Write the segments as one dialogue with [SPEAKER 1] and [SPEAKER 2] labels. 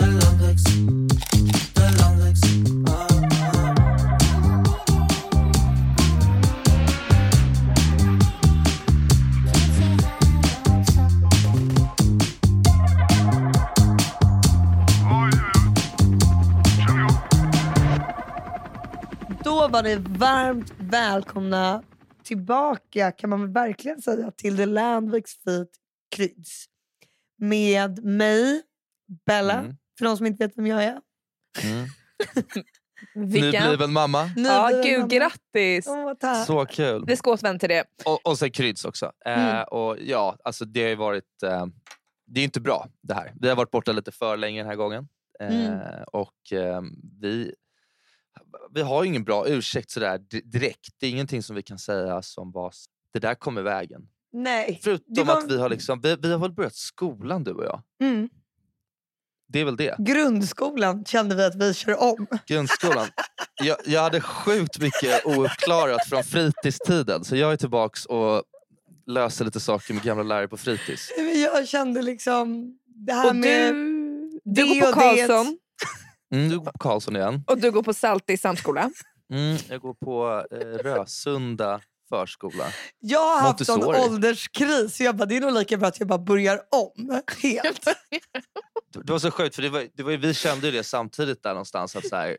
[SPEAKER 1] legs. The long legs. Oh, oh.
[SPEAKER 2] Då var det varmt välkomna tillbaka kan man väl verkligen säga till The Landviks Feet Kryds. Med mig, Bella,
[SPEAKER 3] Mm.
[SPEAKER 2] för de som inte vet vem jag är.
[SPEAKER 3] Mm.
[SPEAKER 4] Vilken...
[SPEAKER 3] Nybliven mamma.
[SPEAKER 2] Nu
[SPEAKER 4] Ja,
[SPEAKER 2] blir det
[SPEAKER 4] gud,
[SPEAKER 2] mamma.
[SPEAKER 4] grattis!
[SPEAKER 2] Åh, tack.
[SPEAKER 3] Så kul.
[SPEAKER 4] Vi ska återvända till det.
[SPEAKER 3] Och, och sen Kryds också. Eh,
[SPEAKER 2] Mm.
[SPEAKER 3] och ja, alltså det har ju varit... Eh, det är inte bra det här. Vi har varit borta lite för länge den här gången. Eh,
[SPEAKER 2] Mm.
[SPEAKER 3] Och eh, vi, vi har ju ingen bra ursäkt sådär di- direkt. Det är ingenting som vi kan säga som var s- det där kom i vägen.
[SPEAKER 2] Nej. Det
[SPEAKER 3] Förutom
[SPEAKER 2] var-
[SPEAKER 3] att vi har, liksom, vi, vi har väl börjat skolan du och jag.
[SPEAKER 2] Mm.
[SPEAKER 3] Det är väl det.
[SPEAKER 2] Grundskolan kände vi att vi kör om.
[SPEAKER 3] Grundskolan. Jag, jag hade sjukt mycket ouppklarat från fritidstiden. Så jag är tillbaks och löser lite saker med gamla lärare på fritids.
[SPEAKER 2] Men Jag kände liksom det här
[SPEAKER 4] Och du,
[SPEAKER 2] med... det
[SPEAKER 4] du går på
[SPEAKER 2] och det.
[SPEAKER 4] Karlsson
[SPEAKER 3] Mm, du går på Karlsson igen.
[SPEAKER 4] och du går på Saltis samskola.
[SPEAKER 3] Mm, jag går på eh, Rösunda förskola.
[SPEAKER 2] Jag har haft en
[SPEAKER 3] Montessori.
[SPEAKER 2] ålderskris så jag bara, det är nog lika bra att jag bara börjar om helt.
[SPEAKER 3] Det det var så sjukt, för det var, det var, ju- vi kände ju det samtidigt där någonstans. Att så här,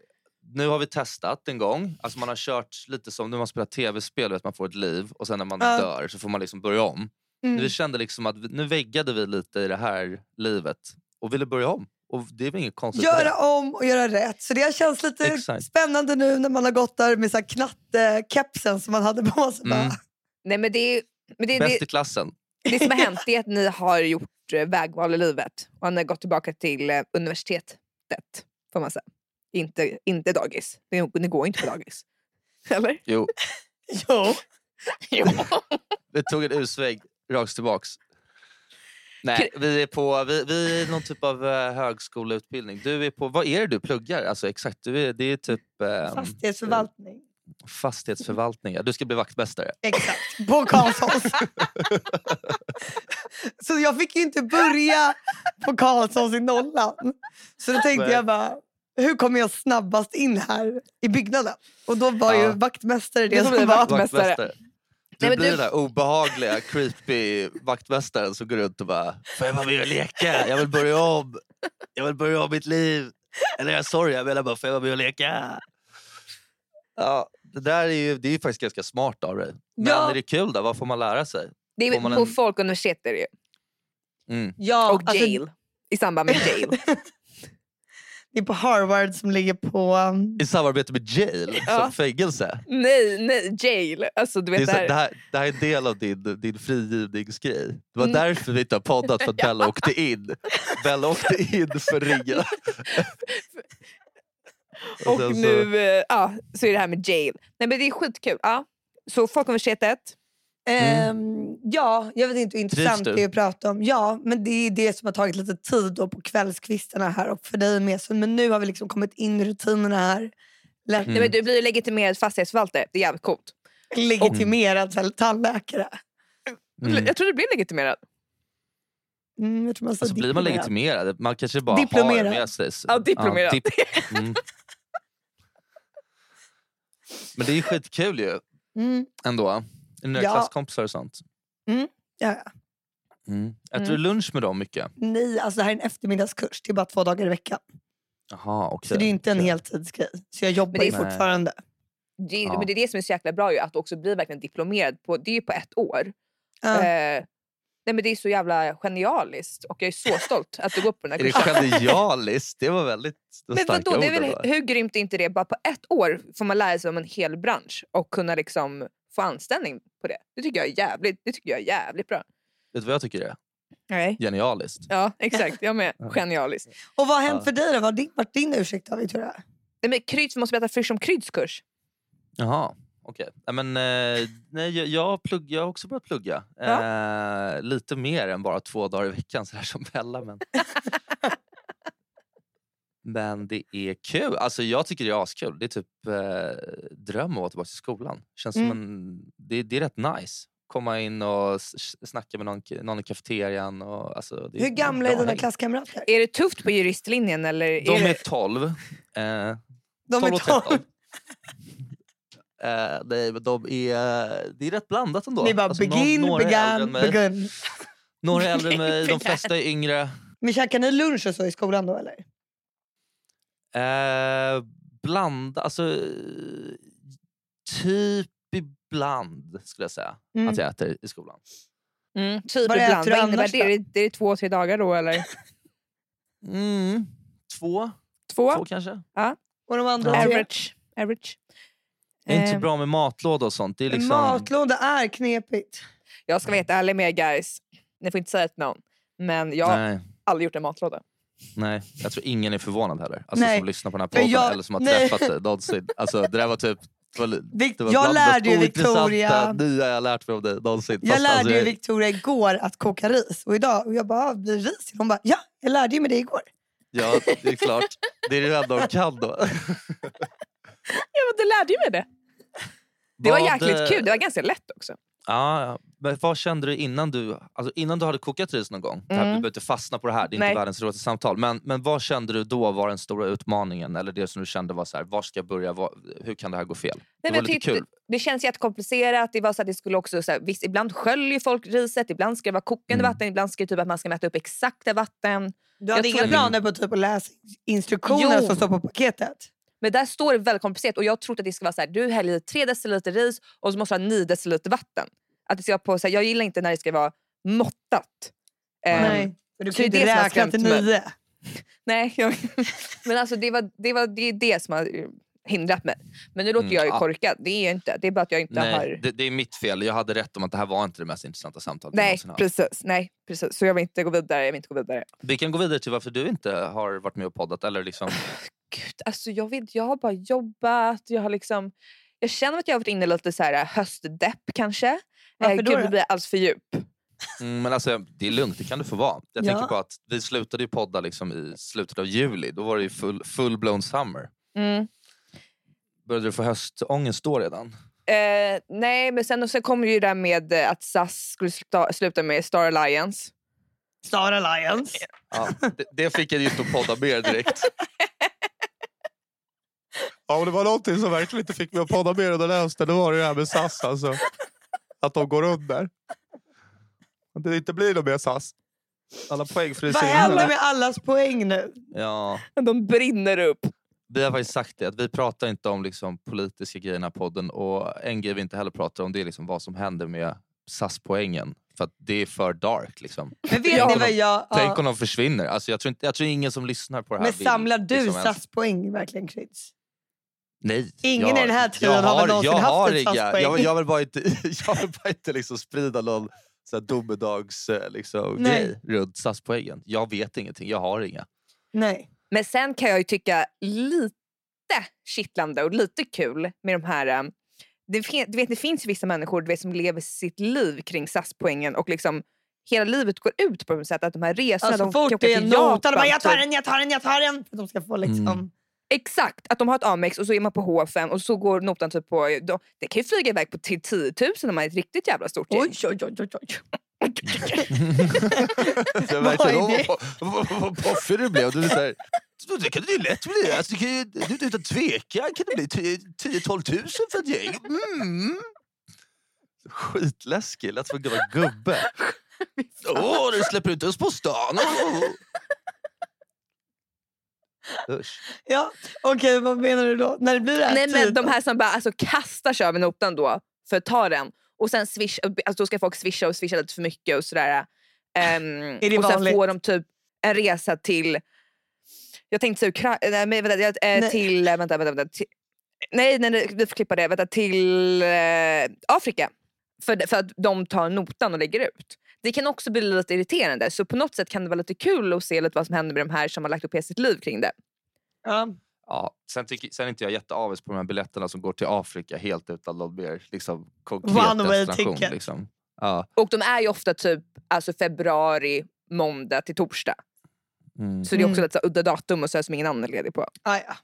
[SPEAKER 3] nu har vi testat en gång. Alltså man har kört lite som när man spelar tv-spel, du vet man får ett liv och sen när man
[SPEAKER 2] Ja.
[SPEAKER 3] dör så får man liksom börja om. Vi
[SPEAKER 2] Mm.
[SPEAKER 3] kände liksom att vi, nu väggade vi lite i det här livet och ville börja om. Och det är väl inget konstigt med
[SPEAKER 2] Göra om och göra rätt. Så det känns lite
[SPEAKER 3] Exakt.
[SPEAKER 2] spännande nu när man har gått där med så här knattekepsen som man hade på sig.
[SPEAKER 3] Mm.
[SPEAKER 2] Bara,
[SPEAKER 4] Nej, men det, är- men det,
[SPEAKER 3] det.
[SPEAKER 4] är-
[SPEAKER 3] Bäst i
[SPEAKER 4] det,
[SPEAKER 3] klassen.
[SPEAKER 4] det som har hänt är att ni har gjort eh, vägval i livet och ni har gått tillbaka till eh, universitetet. Får man säga. Inte, inte dagis. Ni, ni går inte på dagis. Eller?
[SPEAKER 3] Jo,
[SPEAKER 2] jo.
[SPEAKER 4] Jo.
[SPEAKER 3] vi tog en usväng rakt tillbaks. Nej, vi är på vi, vi är någon typ av eh, högskoleutbildning. Du är på, vad är det du pluggar? Alltså exakt, du är, det är typ ehm,
[SPEAKER 2] Fastighetsförvaltning.
[SPEAKER 3] fastighetsförvaltning. ja. Du ska bli vaktmästare.
[SPEAKER 2] Exakt. På Karlssons. så jag fick ju inte börja på Karlssons i nollan. Så då tänkte
[SPEAKER 3] Nej.
[SPEAKER 2] jag bara, hur kommer jag snabbast in här i byggnaden? Och då var ju
[SPEAKER 3] Ja.
[SPEAKER 2] vaktmästare det
[SPEAKER 4] Då blir
[SPEAKER 2] som
[SPEAKER 4] det
[SPEAKER 2] var...
[SPEAKER 4] vaktmästare.
[SPEAKER 3] Du
[SPEAKER 4] Nej, men
[SPEAKER 3] blir
[SPEAKER 4] du-
[SPEAKER 3] den där obehagliga, creepy vaktmästaren som går runt och bara “Får jag vara med och leka? Jag vill börja om. Jag vill börja om mitt liv. Eller jag är sorry, jag menar bara “Får jag vara med och leka?” Ja, det där är ju, det är ju faktiskt ganska smart av dig. Men
[SPEAKER 2] Ja.
[SPEAKER 3] är det kul då? Vad får man lära sig?
[SPEAKER 4] Det är
[SPEAKER 3] Får man
[SPEAKER 4] på
[SPEAKER 3] en-
[SPEAKER 4] folkuniversitetet är det ju.
[SPEAKER 3] Mm.
[SPEAKER 2] Ja,
[SPEAKER 4] och
[SPEAKER 2] alltså,
[SPEAKER 4] jail. I samband med jail.
[SPEAKER 2] det är på Harvard som ligger på... um,
[SPEAKER 3] I samarbete med jail,
[SPEAKER 4] Ja.
[SPEAKER 3] som fängelse.
[SPEAKER 4] nej, nej, jail. Alltså, du
[SPEAKER 3] Det, är
[SPEAKER 4] vet,
[SPEAKER 3] så,
[SPEAKER 4] det här.
[SPEAKER 3] det, här, det här är en del av din, din frigivningsgrej. Det var
[SPEAKER 4] Mm.
[SPEAKER 3] därför vi inte har poddat, för att Bella åkte in. Bella åkte in för ringa. Och
[SPEAKER 4] Och
[SPEAKER 3] sen så-
[SPEAKER 4] nu eh, ja, så är det här med jail. Nej, men det är skitkul. Ja. Så Folkuniversitetet.
[SPEAKER 3] Mm.
[SPEAKER 2] Ehm, ja, jag vet inte hur intressant
[SPEAKER 3] du?
[SPEAKER 2] det är att prata om. Ja, men det är det som har tagit lite tid då på kvällskvistarna här och för dig med. Så, men nu har vi liksom kommit in i rutinerna
[SPEAKER 3] Mm.
[SPEAKER 2] här. Lärt
[SPEAKER 4] Nej, men du blir ju legitimerad fastighetsförvaltare. Det är jävligt coolt.
[SPEAKER 2] legitimerad mm. tandläkare.
[SPEAKER 3] Mm.
[SPEAKER 4] Jag tror du blir alltså, legitimerad.
[SPEAKER 2] Mm, jag tror man säger
[SPEAKER 3] Alltså, blir man
[SPEAKER 2] diplomerad.
[SPEAKER 3] legitimerad? Man kanske bara har
[SPEAKER 2] Diplomerad.
[SPEAKER 3] det med sig. så-
[SPEAKER 4] Ja, diplomerad.
[SPEAKER 3] dip- mm. Men det är ju skitkul ju
[SPEAKER 2] Mm,
[SPEAKER 3] ändå. Är det några
[SPEAKER 2] Ja.
[SPEAKER 3] klasskompisar och sånt?
[SPEAKER 2] ja, ja.
[SPEAKER 3] Mm. Äter
[SPEAKER 4] Mm.
[SPEAKER 3] du lunch med dem mycket?
[SPEAKER 2] Nej, alltså det här är en eftermiddagskurs. Det är bara två dagar i veckan.
[SPEAKER 3] Jaha, okej.
[SPEAKER 2] Så det är inte en
[SPEAKER 3] okej.
[SPEAKER 2] heltidsgrej. Så jag jobbar
[SPEAKER 4] det
[SPEAKER 2] ju
[SPEAKER 4] är-
[SPEAKER 3] Nej.
[SPEAKER 2] fortfarande.
[SPEAKER 4] Det, är-
[SPEAKER 3] Ja.
[SPEAKER 4] men det är det som är så jäkla bra, ju, att också bli verkligen diplomerad. På, det är ju på ett år.
[SPEAKER 2] Ja.
[SPEAKER 4] Eh, nej, men det är så jävla genialiskt och jag är så stolt att du går på den här
[SPEAKER 3] Är det
[SPEAKER 4] kursen.
[SPEAKER 3] genialiskt? Det var väldigt
[SPEAKER 4] Men
[SPEAKER 3] starka
[SPEAKER 4] vadå, det är
[SPEAKER 3] ord
[SPEAKER 4] väl,
[SPEAKER 3] ändå.
[SPEAKER 4] hur grymt är inte det? Bara på ett år får man lära sig om en hel bransch och kunna liksom få anställning på det. Det tycker jag är jävligt, det tycker jag är jävligt bra.
[SPEAKER 3] Vet du vad jag tycker det är?
[SPEAKER 4] Nej.
[SPEAKER 3] Genialiskt.
[SPEAKER 4] Ja, exakt. Jag med.
[SPEAKER 3] Ja.
[SPEAKER 4] Genialiskt.
[SPEAKER 2] Och vad har hänt
[SPEAKER 3] Ja.
[SPEAKER 2] för dig då? Vad har din, varit din ursäkt då, Victoria?
[SPEAKER 4] Nej, men kryds, vi måste berätta först om Kryds kurs.
[SPEAKER 3] Jaha, okej. Nej, Men, eh, nej, jag, jag, plugg, jag har också börjat plugga. Eh, lite mer än bara två dagar i veckan, sådär som Bella. Men, men det är kul. Alltså, jag tycker det är
[SPEAKER 2] Mm.
[SPEAKER 3] askul. Det är typ eh, dröm att vara tillbaka till skolan. Känns som en, det, det är rätt nice. komma in och s- s- snacka med någon, någon i kafeterian. Och, alltså, det
[SPEAKER 2] Hur gamla är
[SPEAKER 3] bra
[SPEAKER 2] dina
[SPEAKER 3] häng.
[SPEAKER 2] klasskamrater?
[SPEAKER 4] Är det tufft på juristlinjen? Eller är
[SPEAKER 3] De
[SPEAKER 4] det...
[SPEAKER 3] är 12. Eh,
[SPEAKER 2] De
[SPEAKER 3] 12
[SPEAKER 2] är
[SPEAKER 3] och
[SPEAKER 2] 12.
[SPEAKER 3] 13. Eh, nej, men de är, det är rätt blandat ändå.
[SPEAKER 2] Ni bara
[SPEAKER 3] Alltså, någon-
[SPEAKER 2] begin,
[SPEAKER 3] några är
[SPEAKER 2] began,
[SPEAKER 3] äldre än mig.
[SPEAKER 2] begun.
[SPEAKER 3] Några är äldre än mig,
[SPEAKER 2] Begin,
[SPEAKER 3] de flesta är yngre.
[SPEAKER 2] Men käkar ni lunch och så i skolan då eller?
[SPEAKER 3] Eh, bland, alltså eh, typ ibland skulle jag säga
[SPEAKER 2] Mm.
[SPEAKER 3] att jag äter i skolan.
[SPEAKER 4] Mm, typ
[SPEAKER 2] Vad äter
[SPEAKER 4] ibland.
[SPEAKER 2] du
[SPEAKER 4] Vad innebär
[SPEAKER 2] annars
[SPEAKER 4] det?
[SPEAKER 2] då?
[SPEAKER 4] Är det, är det två, tre dagar då eller?
[SPEAKER 3] Mm. Två,
[SPEAKER 4] Två?
[SPEAKER 3] två kanske.
[SPEAKER 2] Och de andra
[SPEAKER 3] Ja.
[SPEAKER 2] tre?
[SPEAKER 4] Average. Average.
[SPEAKER 3] Det är inte så
[SPEAKER 4] Eh,
[SPEAKER 3] bra med matlådor och sånt. Det är liksom,
[SPEAKER 2] Matlåda är knepigt.
[SPEAKER 4] Jag ska vara helt ärlig med er guys. Ni får inte säga det till någon. Men jag har
[SPEAKER 3] nej,
[SPEAKER 4] aldrig gjort en matlåda.
[SPEAKER 3] nej, jag tror ingen är förvånad heller. Alltså,
[SPEAKER 2] Nej.
[SPEAKER 3] som lyssnar på den här
[SPEAKER 2] Men
[SPEAKER 3] podden
[SPEAKER 2] jag-
[SPEAKER 3] eller som har
[SPEAKER 2] nej.
[SPEAKER 3] träffat dig någonsin. Alltså, det där var typ... Det var,
[SPEAKER 2] Vic-
[SPEAKER 3] det var
[SPEAKER 2] jag
[SPEAKER 3] bland det
[SPEAKER 2] lärde ju
[SPEAKER 3] ointressanta
[SPEAKER 2] Victoria
[SPEAKER 3] nya jag lärt mig om dig någonsin.
[SPEAKER 2] jag
[SPEAKER 3] Fast,
[SPEAKER 2] lärde
[SPEAKER 3] alltså,
[SPEAKER 2] ju
[SPEAKER 3] jag-
[SPEAKER 2] Victoria igår att koka ris. Och idag, och jag bara, "Ah, blir det ris? Hon bara, ja, jag lärde ju mig det igår.
[SPEAKER 3] Ja, det är klart. Det är det enda hon kan då.
[SPEAKER 4] Ja, men du lärde ju mig det. Det var
[SPEAKER 3] eh,
[SPEAKER 4] jäkligt kul. Det var ganska lätt också.
[SPEAKER 3] Ja, ja. men vad kände du innan du, alltså innan du hade kokat ris någon gång? Det här, Du
[SPEAKER 4] Mm.
[SPEAKER 3] behöver inte fastna på det här, det är
[SPEAKER 4] Nej.
[SPEAKER 3] inte världens roligaste samtal. Men, men vad kände du då var den stora utmaningen? Eller det som du kände var så här, var ska jag börja? Var, hur kan det här gå fel?
[SPEAKER 4] Nej,
[SPEAKER 3] det
[SPEAKER 4] men
[SPEAKER 3] var lite
[SPEAKER 4] tyckte-
[SPEAKER 3] kul.
[SPEAKER 4] Det känns jättekomplicerat. Det var så att det skulle också, så här, visst, ibland sköljer folk riset, ibland ska det vara kokande
[SPEAKER 3] Mm.
[SPEAKER 4] vatten, ibland ska det typ att man ska mäta upp exakta vatten.
[SPEAKER 2] Du hade
[SPEAKER 4] Jag
[SPEAKER 2] inga
[SPEAKER 4] tror-
[SPEAKER 2] planer på typ att läsa instruktionerna
[SPEAKER 4] Jo.
[SPEAKER 2] som står på paketet?
[SPEAKER 4] Men där står det väldigt komplicerat och jag trodde att det skulle vara så här, du häller i 3 deciliter ris och så måste du ha 9 deciliter vatten. Att det ska vara på, så här, jag gillar inte när det ska vara måttat.
[SPEAKER 3] Mm.
[SPEAKER 4] Ehm,
[SPEAKER 2] Nej. Men du
[SPEAKER 4] så
[SPEAKER 2] kan ju
[SPEAKER 4] det är det
[SPEAKER 2] inte
[SPEAKER 4] som har
[SPEAKER 2] räkna till
[SPEAKER 4] skrämt mig.
[SPEAKER 2] nio.
[SPEAKER 4] nej jag, men alltså det, var, det, var, det är det som har eh, hindrat mig. Men nu låter
[SPEAKER 3] Mm,
[SPEAKER 4] jag ju
[SPEAKER 3] ja.
[SPEAKER 4] korkad, det är jag inte. Det är bara att jag inte
[SPEAKER 3] Nej,
[SPEAKER 4] har...
[SPEAKER 3] det, det är mitt fel. Jag hade rätt om att det här var inte det mest intressanta samtalet vi
[SPEAKER 4] Nej
[SPEAKER 3] någonsin haft.
[SPEAKER 4] precis, nej, precis. Så jag vill inte gå vidare. Jag vill inte gå vidare.
[SPEAKER 3] Vi kan gå vidare till varför du inte har varit med och poddat. Eller liksom,
[SPEAKER 4] Gud, alltså jag, vet, jag har bara jobbat. Jag, har liksom, jag känner att jag har varit inne i lite så här höstdepp kanske. Eh,
[SPEAKER 2] Varför
[SPEAKER 4] Gud,
[SPEAKER 2] då
[SPEAKER 4] det
[SPEAKER 2] då?
[SPEAKER 4] blir alls för djup.
[SPEAKER 3] mm, men alltså, det är lugnt, det kan du få vara. Jag
[SPEAKER 2] Ja.
[SPEAKER 3] tänker på att vi slutade ju podda liksom i slutet av juli. Då var det ju full, full-blown summer.
[SPEAKER 4] Mm.
[SPEAKER 3] Började du få höstångest då redan?
[SPEAKER 4] Eh, nej, men sen, och sen kom ju det där med eh, att SAS skulle sluta, sluta med Star Alliance.
[SPEAKER 2] Star Alliance.
[SPEAKER 3] Ja, det, det fick jag just att podda mer direkt. Ja, om det var någonting som verkligen inte fick mig att podda mer under hösten, då var det det här med SAS. Alltså. Att de går under. Att det inte blir något mer SAS. Alla
[SPEAKER 2] Vad händer med allas poäng nu?
[SPEAKER 3] Ja,
[SPEAKER 4] De brinner upp.
[SPEAKER 3] vi har faktiskt sagt det, att vi pratar inte om liksom, politiska grejer i den här podden. Och en grej vi inte heller pratar om det är liksom, vad som händer med SAS-poängen. För att det är för dark. Liksom.
[SPEAKER 2] Men vet
[SPEAKER 4] Ja.
[SPEAKER 2] ni vad jag...
[SPEAKER 3] Tänk
[SPEAKER 2] Ja.
[SPEAKER 3] om de försvinner. Alltså, jag, tror inte, jag tror ingen som lyssnar på det här
[SPEAKER 2] Men
[SPEAKER 3] vill
[SPEAKER 2] samlar du
[SPEAKER 3] liksom ens-
[SPEAKER 2] SAS-poäng verkligen Kryds?
[SPEAKER 3] Nej.
[SPEAKER 2] Ingen
[SPEAKER 3] jag,
[SPEAKER 2] i den här trion har väl någonsin
[SPEAKER 3] jag
[SPEAKER 2] haft
[SPEAKER 3] har
[SPEAKER 2] ett fast
[SPEAKER 3] inga-
[SPEAKER 2] poäng.
[SPEAKER 3] Jag, jag vill bara inte, jag vill bara inte liksom sprida någon så här domedags eh, liksom,
[SPEAKER 2] Nej.
[SPEAKER 3] grej runt SAS-poängen. Jag vet ingenting, jag har inga.
[SPEAKER 2] Nej.
[SPEAKER 4] Men sen kan jag ju tycka lite kittlande och lite kul med de här... eh, Det, fin- du vet, det finns ju vissa människor du vet, som lever sitt liv kring SAS-poängen och liksom hela livet går ut på något sätt att de här resorna...
[SPEAKER 2] Alltså
[SPEAKER 4] de
[SPEAKER 2] fort
[SPEAKER 4] åka
[SPEAKER 2] det är
[SPEAKER 4] till
[SPEAKER 2] en nota, de bara
[SPEAKER 4] Japan,
[SPEAKER 2] jag
[SPEAKER 4] typ.
[SPEAKER 2] tar den, jag tar den, jag tar den. För att de ska få liksom...
[SPEAKER 3] Mm.
[SPEAKER 4] Exakt, att de har ett Amex och så är man på H5 och så går notan typ på... De, det kan ju flyga iväg på till 10 000 om man är ett riktigt jävla stort gäng.
[SPEAKER 2] Oj, oj, oj, oj, oj.
[SPEAKER 3] Så jag
[SPEAKER 2] Vad
[SPEAKER 3] verkligen,
[SPEAKER 2] är
[SPEAKER 3] åh,
[SPEAKER 2] det?
[SPEAKER 3] vad- vad- vad- vad poffig du blev. Du är så här, "Så det kan det ju lätt bli. Alltså, det kan ju, det- utan tvekan kan det bli 10-12 tusen för ett gäng. Mm. Skitläskig, lät som en gammal gubbe. Åh, du släpper ut oss på stan. Åh. Usch.
[SPEAKER 2] Ja, okej vad menar du då? När det blir det här
[SPEAKER 4] Nej men
[SPEAKER 2] tiden?
[SPEAKER 4] de här som bara alltså, kastar sig över notan då för att ta den och sen swish, alltså, då ska folk swisha och swisha lite för mycket och sådär. Ehm,
[SPEAKER 2] Är det
[SPEAKER 4] och sen
[SPEAKER 2] vanligt?
[SPEAKER 4] får de typ en resa till, jag tänkte säga Ukra- nej, men vänta, jag, eh,
[SPEAKER 2] Nej.
[SPEAKER 4] till, eh, vänta, vänta, vänta, till, nej, nej, nej vi får klippa det, vänta, till eh, Afrika. För, för att de tar notan och lägger ut. Det kan också bli lite irriterande så på något sätt kan det vara lite kul att se lite vad som händer med de här som har lagt upp hela sitt liv kring det.
[SPEAKER 2] Ja.
[SPEAKER 3] Ja, sen, tycker, sen är inte jag jätteavis på de här biljetterna som går till Afrika helt utan någon mer liksom, konkret
[SPEAKER 2] One way
[SPEAKER 3] destination.
[SPEAKER 2] ticket.
[SPEAKER 3] Liksom. Ja.
[SPEAKER 4] Och de är ju ofta typ alltså februari, måndag till torsdag.
[SPEAKER 3] Mm.
[SPEAKER 4] Så det är också
[SPEAKER 2] Mm.
[SPEAKER 4] lite så här udda datum och så här som ingen annan är ledig på.
[SPEAKER 2] Ah, ja.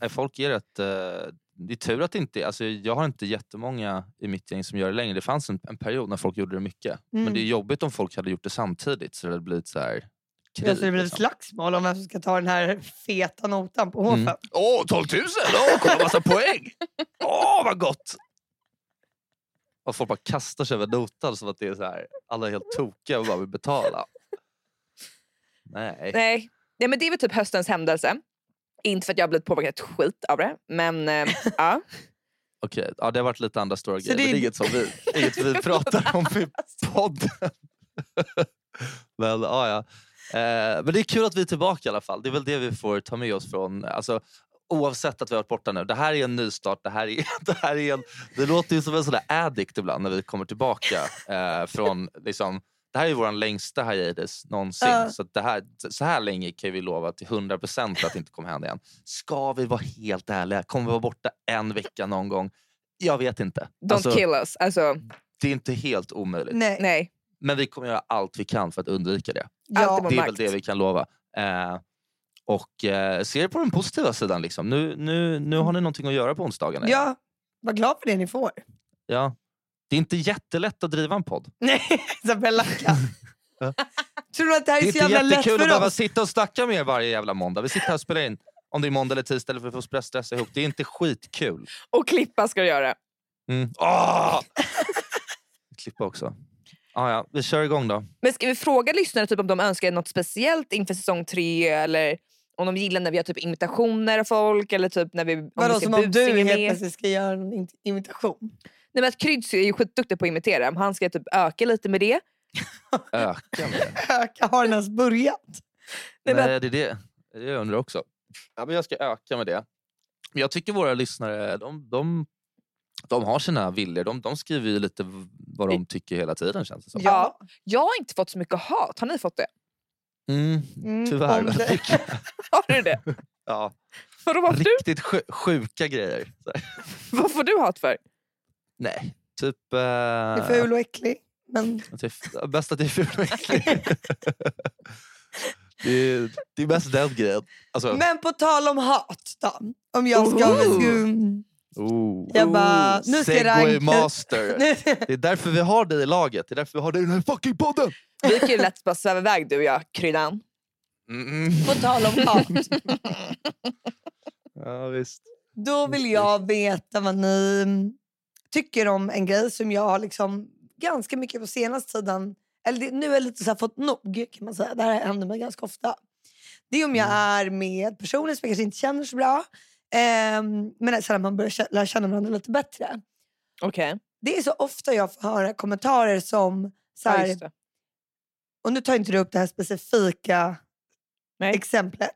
[SPEAKER 3] Nej, folk är rätt eh, det är tur att det inte alltså, jag har inte jättemånga i mitt gäng som gör det längre. Det fanns en, en period när folk gjorde det mycket.
[SPEAKER 2] Mm.
[SPEAKER 3] Men det är jobbigt om folk hade gjort det samtidigt så det hade blivit så här krig.
[SPEAKER 2] Jag skulle bli ett
[SPEAKER 3] liksom.
[SPEAKER 2] slagsmål om vem som ska ta den här feta notan på H5.
[SPEAKER 3] Mm. Åh, 12 000! Åh, kolla massa poäng! Åh, vad gott! Och folk bara kastar sig över notan som att det är så här, alla är helt tokiga och bara vill betala. Nej.
[SPEAKER 4] Nej. Nej, men det är väl typ höstens händelse. Inte för att jag har blivit påverkad ett skit av det, men eh, ja.
[SPEAKER 3] Okej, ja, det har varit lite andra stora
[SPEAKER 2] Så
[SPEAKER 3] grejer.
[SPEAKER 2] det är- Alltså.
[SPEAKER 3] Men det är inget, som vi, inget vi pratar om i podden. men, ja, ja. Eh, men det är kul att vi är tillbaka i alla fall. Det är väl det vi får ta med oss från... Alltså, Oavsett att vi har varit borta nu. Det här är en nystart. Det, här är, det, här är en, det låter ju som en sån där addict ibland när vi kommer tillbaka. Eh, från, liksom, det här är ju vår längsta hiatus någonsin.
[SPEAKER 2] Ja.
[SPEAKER 3] Så, att det här, så här länge kan vi lova till 100% att det inte kommer hända igen. Ska vi vara helt ärliga? Kommer vi vara borta en vecka någon gång? Jag vet inte.
[SPEAKER 4] Don't
[SPEAKER 3] Alltså,
[SPEAKER 4] kill us. Alltså,
[SPEAKER 3] det är inte helt omöjligt.
[SPEAKER 2] Nej,
[SPEAKER 4] nej.
[SPEAKER 3] Men vi kommer göra allt vi kan för att undvika det.
[SPEAKER 2] ja.
[SPEAKER 4] Alltid
[SPEAKER 3] Det är
[SPEAKER 4] makt.
[SPEAKER 3] väl det vi kan lova. Eh, och eh, se det på den positiva sidan. Liksom. Nu, nu, nu har ni någonting att göra på onsdagarna.
[SPEAKER 2] ja, var glad för det ni får.
[SPEAKER 3] Ja. Det är inte jättelätt att driva en podd.
[SPEAKER 2] Nej, Isabella kan.
[SPEAKER 3] Ja.
[SPEAKER 2] Tror du att det här
[SPEAKER 3] Det
[SPEAKER 2] är,
[SPEAKER 3] är
[SPEAKER 2] så
[SPEAKER 3] inte
[SPEAKER 2] jävla lätt
[SPEAKER 3] jättekul att
[SPEAKER 2] för
[SPEAKER 3] behöva
[SPEAKER 2] oss?
[SPEAKER 3] sitta och snacka med er varje jävla måndag. Vi sitter här och spelar in. Om det är måndag eller tisdag eller för att få stressa ihop. Det är inte skitkul.
[SPEAKER 4] Och klippa ska du göra.
[SPEAKER 3] Mm. Ah! Klippa också. Ah, ja. Vi kör igång då.
[SPEAKER 4] Men ska vi fråga lyssnare typ, om de önskar något speciellt inför säsong tre eller om de gillar när vi gör typ imitationer av folk eller typ när vi... Om vi
[SPEAKER 2] Vadå,
[SPEAKER 4] ser
[SPEAKER 2] som om du
[SPEAKER 4] busingen
[SPEAKER 2] helt
[SPEAKER 4] med.
[SPEAKER 2] plötsligt ska göra en in- imitation?
[SPEAKER 4] Nej, men att Kryds är ju skitduktig på att imitera. Han ska typ öka lite med det.
[SPEAKER 3] Öka med det.
[SPEAKER 2] Öka, har den ens börjat?
[SPEAKER 4] Nej, men-
[SPEAKER 3] Öh. Nej, det är det. det är det jag undrar också. Ja, men jag ska öka med det. Men jag tycker våra lyssnare, de, de, de har sina viljor. De, de skriver ju lite v- vad de tycker hela tiden känns det som.
[SPEAKER 4] Ja. Jag har inte fått så mycket hat. Har ni fått det?
[SPEAKER 3] Mm,
[SPEAKER 2] Mm,
[SPEAKER 3] tyvärr.
[SPEAKER 2] om
[SPEAKER 3] väldigt
[SPEAKER 2] det-
[SPEAKER 3] mycket.
[SPEAKER 4] Har du det?
[SPEAKER 3] Ja,
[SPEAKER 4] Vadå, varför, du,
[SPEAKER 3] riktigt sju- sjuka grejer. Så här.
[SPEAKER 4] vad får du hat för?
[SPEAKER 3] Nej, typ...
[SPEAKER 2] Du är
[SPEAKER 3] Eh,
[SPEAKER 2] ful och äcklig. Men
[SPEAKER 3] att jag är f- bäst att jag är ful och äcklig. Det är, det är mest den grejen. Alltså,
[SPEAKER 2] Men på tal om hat då. Om jag ska...
[SPEAKER 4] Oho.
[SPEAKER 2] Mm.
[SPEAKER 3] oh.
[SPEAKER 2] Jag bara,
[SPEAKER 3] Oh,
[SPEAKER 2] nu ska jag
[SPEAKER 3] Segway
[SPEAKER 2] ranka-
[SPEAKER 3] master. Det är därför vi har dig i laget. Det är därför vi har dig i den här fucking podden.
[SPEAKER 4] Vi kan ju lätt bara sväva iväg du och jag, Kryddan.
[SPEAKER 3] Mm.
[SPEAKER 2] på tal om hat.
[SPEAKER 3] Ja, visst.
[SPEAKER 2] Då vill jag veta vad ni tycker om en grej som jag har liksom ganska mycket på senaste tiden. Eller det, nu har jag lite så här fått nog kan man säga. Det här händer mig ganska ofta. Det är om jag
[SPEAKER 3] Mm.
[SPEAKER 2] är med personer som jag kanske inte känner så bra. ehm, men sen när man börjar kä- lära känna varandra lite bättre.
[SPEAKER 4] Okej.
[SPEAKER 2] Det är så ofta jag får höra kommentarer som så
[SPEAKER 4] Ja,
[SPEAKER 2] här,
[SPEAKER 4] just det.
[SPEAKER 2] och nu tar inte du upp det här specifika
[SPEAKER 4] Nej.
[SPEAKER 2] exemplet.